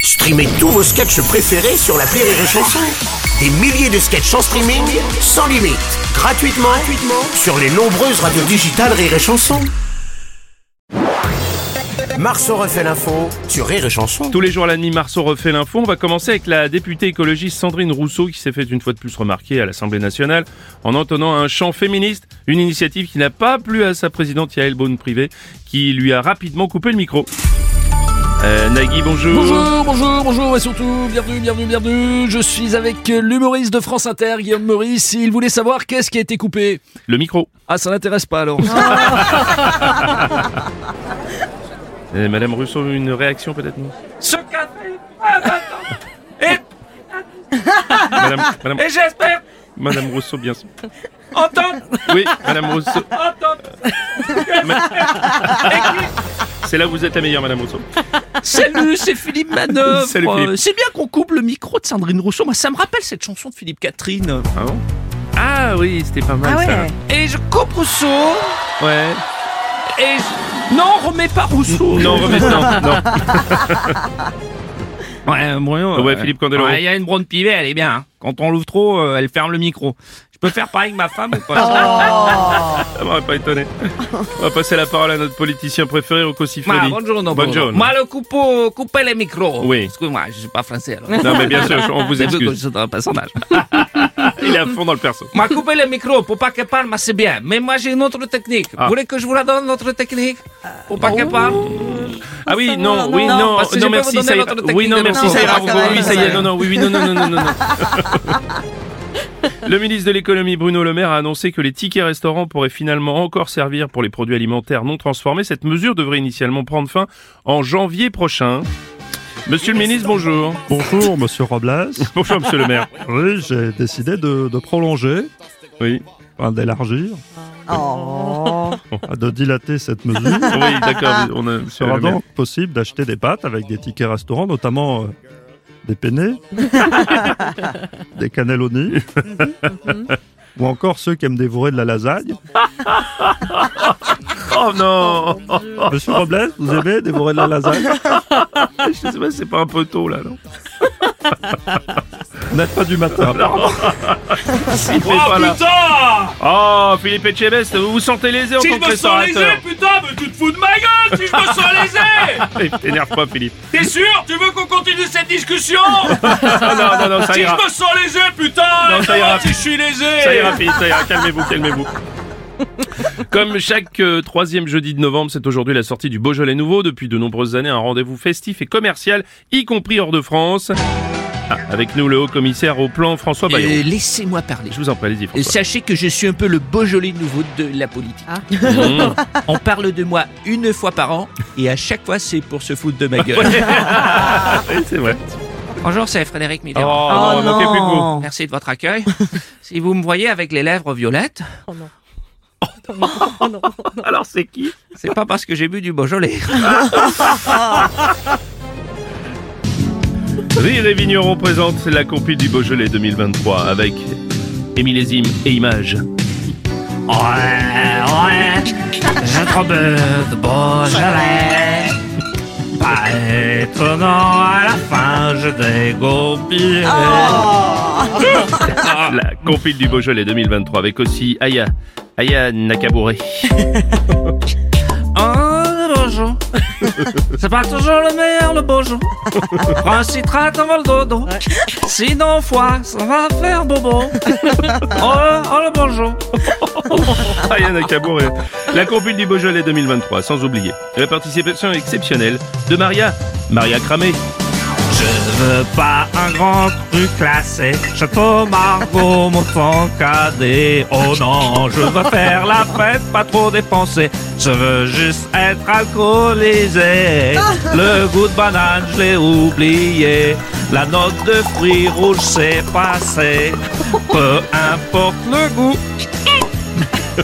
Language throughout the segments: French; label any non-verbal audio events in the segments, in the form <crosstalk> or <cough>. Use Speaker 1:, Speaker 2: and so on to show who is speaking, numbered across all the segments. Speaker 1: Streamez tous vos sketchs préférés sur la Rire et Chanson. Des milliers de sketchs en streaming, sans limite, gratuitement, gratuitement sur les nombreuses radios digitales Rire et Chanson. Marceau refait l'info sur Rire et Chanson.
Speaker 2: Tous les jours à la nuit, Marceau refait l'info. On va commencer avec la députée écologiste Sandrine Rousseau qui s'est fait une fois de plus remarquer à l'Assemblée nationale en entonnant un chant féministe, une initiative qui n'a pas plu à sa présidente Yael Bonne-Privé qui lui a rapidement coupé le micro. Euh, Nagui, bonjour.
Speaker 3: Bonjour, bonjour, bonjour et surtout bienvenue, bienvenue, bienvenue. Je suis avec l'humoriste de France Inter, Guillaume Maurice. Il voulait savoir qu'est-ce qui a été coupé.
Speaker 2: Le micro.
Speaker 3: Ah, ça n'intéresse pas alors.
Speaker 2: Euh, Madame Rousseau, une réaction peut-être <laughs> non
Speaker 4: ce café à 20 ans. Et,
Speaker 2: Madame, Madame,
Speaker 4: et j'espère
Speaker 2: Madame Rousseau, bien sûr.
Speaker 4: entendre,
Speaker 2: Oui, Madame Rousseau.
Speaker 4: entendre.
Speaker 2: C'est là où vous êtes la meilleure, Madame Rousseau.
Speaker 5: Salut, c'est Philippe Manœuvre.
Speaker 2: Salut, Philippe.
Speaker 5: Euh, C'est bien qu'on coupe le micro de Sandrine Rousseau. Moi, ça me rappelle cette chanson de Philippe Catherine.
Speaker 2: Ah bon Ah oui, c'était pas mal ça.
Speaker 5: Et je coupe Rousseau.
Speaker 2: Ouais.
Speaker 5: Et je- non, remets pas Rousseau.
Speaker 2: Non, remets non, non.
Speaker 5: Ouais, bon,
Speaker 2: Ah Ouais, Philippe Candeloro.
Speaker 5: Ouais, Il y a une bronze pivée, elle est bien. hein. Quand on l'ouvre trop, euh, elle ferme le micro. Je peux faire pareil que ma femme ou pas Oh.
Speaker 2: Ça m'aurait pas étonné. On va passer la parole à notre politicien préféré, Rocco Siffredi.
Speaker 5: Ah, Bonjour, non, bonjour.
Speaker 2: Bonjour.
Speaker 5: Moi, le coupeau, couper les micros.
Speaker 2: Oui.
Speaker 5: Excuse-moi, je suis pas français alors.
Speaker 2: Non, mais bien sûr, on vous
Speaker 5: C'est vrai que
Speaker 2: excuse.
Speaker 5: je suis un personnage.
Speaker 2: Il est à fond dans le perso.
Speaker 5: M'a coupé le micro pour pas qu'elle parle, mais c'est bien. Mais moi, j'ai une autre technique.
Speaker 2: Ah.
Speaker 5: Vous voulez que je vous la donne, notre technique Pour pas qu'elle parle
Speaker 2: Ah oui, non, oui,
Speaker 5: non,
Speaker 2: non,
Speaker 5: parce
Speaker 2: non,
Speaker 5: que je peux vous
Speaker 2: merci,
Speaker 5: donner
Speaker 2: ça ira.
Speaker 5: votre technique
Speaker 2: Oui, non,
Speaker 5: de
Speaker 2: merci,
Speaker 5: nouveau.
Speaker 2: ça ira.
Speaker 5: Ah, ça va,
Speaker 2: Oui,
Speaker 5: ça
Speaker 2: ça y
Speaker 5: va.
Speaker 2: est, non, non, oui, oui, non, non, non, non, non. <laughs> non. Le ministre de l'économie Bruno Le Maire a annoncé que les tickets restaurants pourraient finalement encore servir pour les produits alimentaires non transformés. Cette mesure devrait initialement prendre fin en janvier prochain. Monsieur le ministre, bonjour.
Speaker 6: Bonjour Monsieur Robles.
Speaker 2: Bonjour, monsieur le maire.
Speaker 6: Oui, j'ai décidé de, de prolonger,
Speaker 2: Oui.
Speaker 6: enfin d'élargir, de dilater cette mesure.
Speaker 2: Oui, d'accord. On a,
Speaker 6: Il
Speaker 2: monsieur
Speaker 6: sera
Speaker 2: le maire.
Speaker 6: donc possible d'acheter des pâtes avec des tickets restaurants, notamment euh, des penne, des cannelloni, ou encore ceux qui aiment dévorer de la lasagne.
Speaker 2: Oh non!
Speaker 6: Monsieur Robles, vous aimez dévorer de la lasagne
Speaker 2: Je sais pas, c'est pas un peu tôt là, non?
Speaker 6: Vous n'êtes pas du matin.
Speaker 2: Il fait pas là.
Speaker 4: putain
Speaker 2: Oh, Philippe Etchebest, vous vous sentez lésé en
Speaker 4: Si
Speaker 2: tant
Speaker 4: je
Speaker 2: que
Speaker 4: me sens lésé,
Speaker 2: restaurateur.
Speaker 4: putain, mais tu te fous de ma gueule si je me sens
Speaker 5: <laughs>
Speaker 4: lésé
Speaker 2: T'énerve Eh, pas, Philippe.
Speaker 4: T'es sûr Tu veux qu'on continue cette discussion
Speaker 2: <laughs> Ah non, non, non, ça
Speaker 4: Si
Speaker 2: ira.
Speaker 4: je me sens lésé, putain
Speaker 2: Non, ça ira.
Speaker 4: Si je suis lésé
Speaker 5: Euh,
Speaker 2: Ça ira, Philippe, ça ira. Calmez-vous, <laughs> calmez-vous. Comme chaque euh, troisième jeudi de novembre, c'est aujourd'hui la sortie du Beaujolais Nouveau. Depuis de nombreuses années, un rendez-vous festif et commercial, y compris hors de France. Ah, avec nous, le haut commissaire au plan, François Bayon.
Speaker 5: Euh, Laissez-moi parler.
Speaker 2: Je vous en prie, allez-y,
Speaker 5: Euh,
Speaker 2: François.
Speaker 5: Sachez que je suis un peu le Beaujolais nouveau de la politique.
Speaker 2: Mmh.
Speaker 5: On parle de moi une fois par an et à chaque fois c'est pour se foutre de ma gueule.
Speaker 2: Oui, c'est vrai.
Speaker 5: Bonjour, c'est Frédéric Mitterrand.
Speaker 2: Oh, non, manquez plus que vous.
Speaker 5: Merci de votre <laughs> accueil. si vous me voyez avec les lèvres violettes, Oh, <laughs>
Speaker 2: Alors, c'est qui
Speaker 5: c'est pas parce que j'ai bu du Beaujolais.
Speaker 2: Rire et Vigneron présente la compil du Beaujolais 2023 avec et millésime et images.
Speaker 5: Ouais, Ah ouais, j'ai trop bu de Beaujolais. Pas étonnant, à la fin je dégoupille.
Speaker 2: La compil du Beaujolais 2023 avec aussi Aya, Aya Nakamura.
Speaker 5: Oh, le <laughs> Beaujolais. C'est pas toujours le meilleur, le <laughs> Beaujolais. Prends un citrate avant le dodo. Sinon, foie, ça va faire bobo. <laughs> Oh, oh le Beaujolais.
Speaker 2: Aya Nakamura. La compil du Beaujolais 2023, sans oublier la participation exceptionnelle de Maria, Maria Cramé.
Speaker 5: Je veux pas un grand cru classé. Château Margot, mon temps cadet. Oh non, je veux faire la fête, pas trop dépenser. Je veux juste être alcoolisé. Le goût de banane, je l'ai oublié. La note de fruits rouges s'est passée. Peu importe le goût.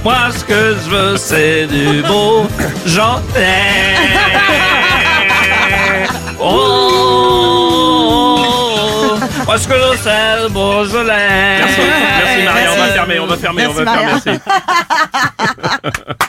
Speaker 5: Moi, ce que je veux, c'est du beau ai Oh, parce que le sel Beaujolais.
Speaker 2: Merci, merci Maria, on va fermer, on va fermer, on va fermer. merci.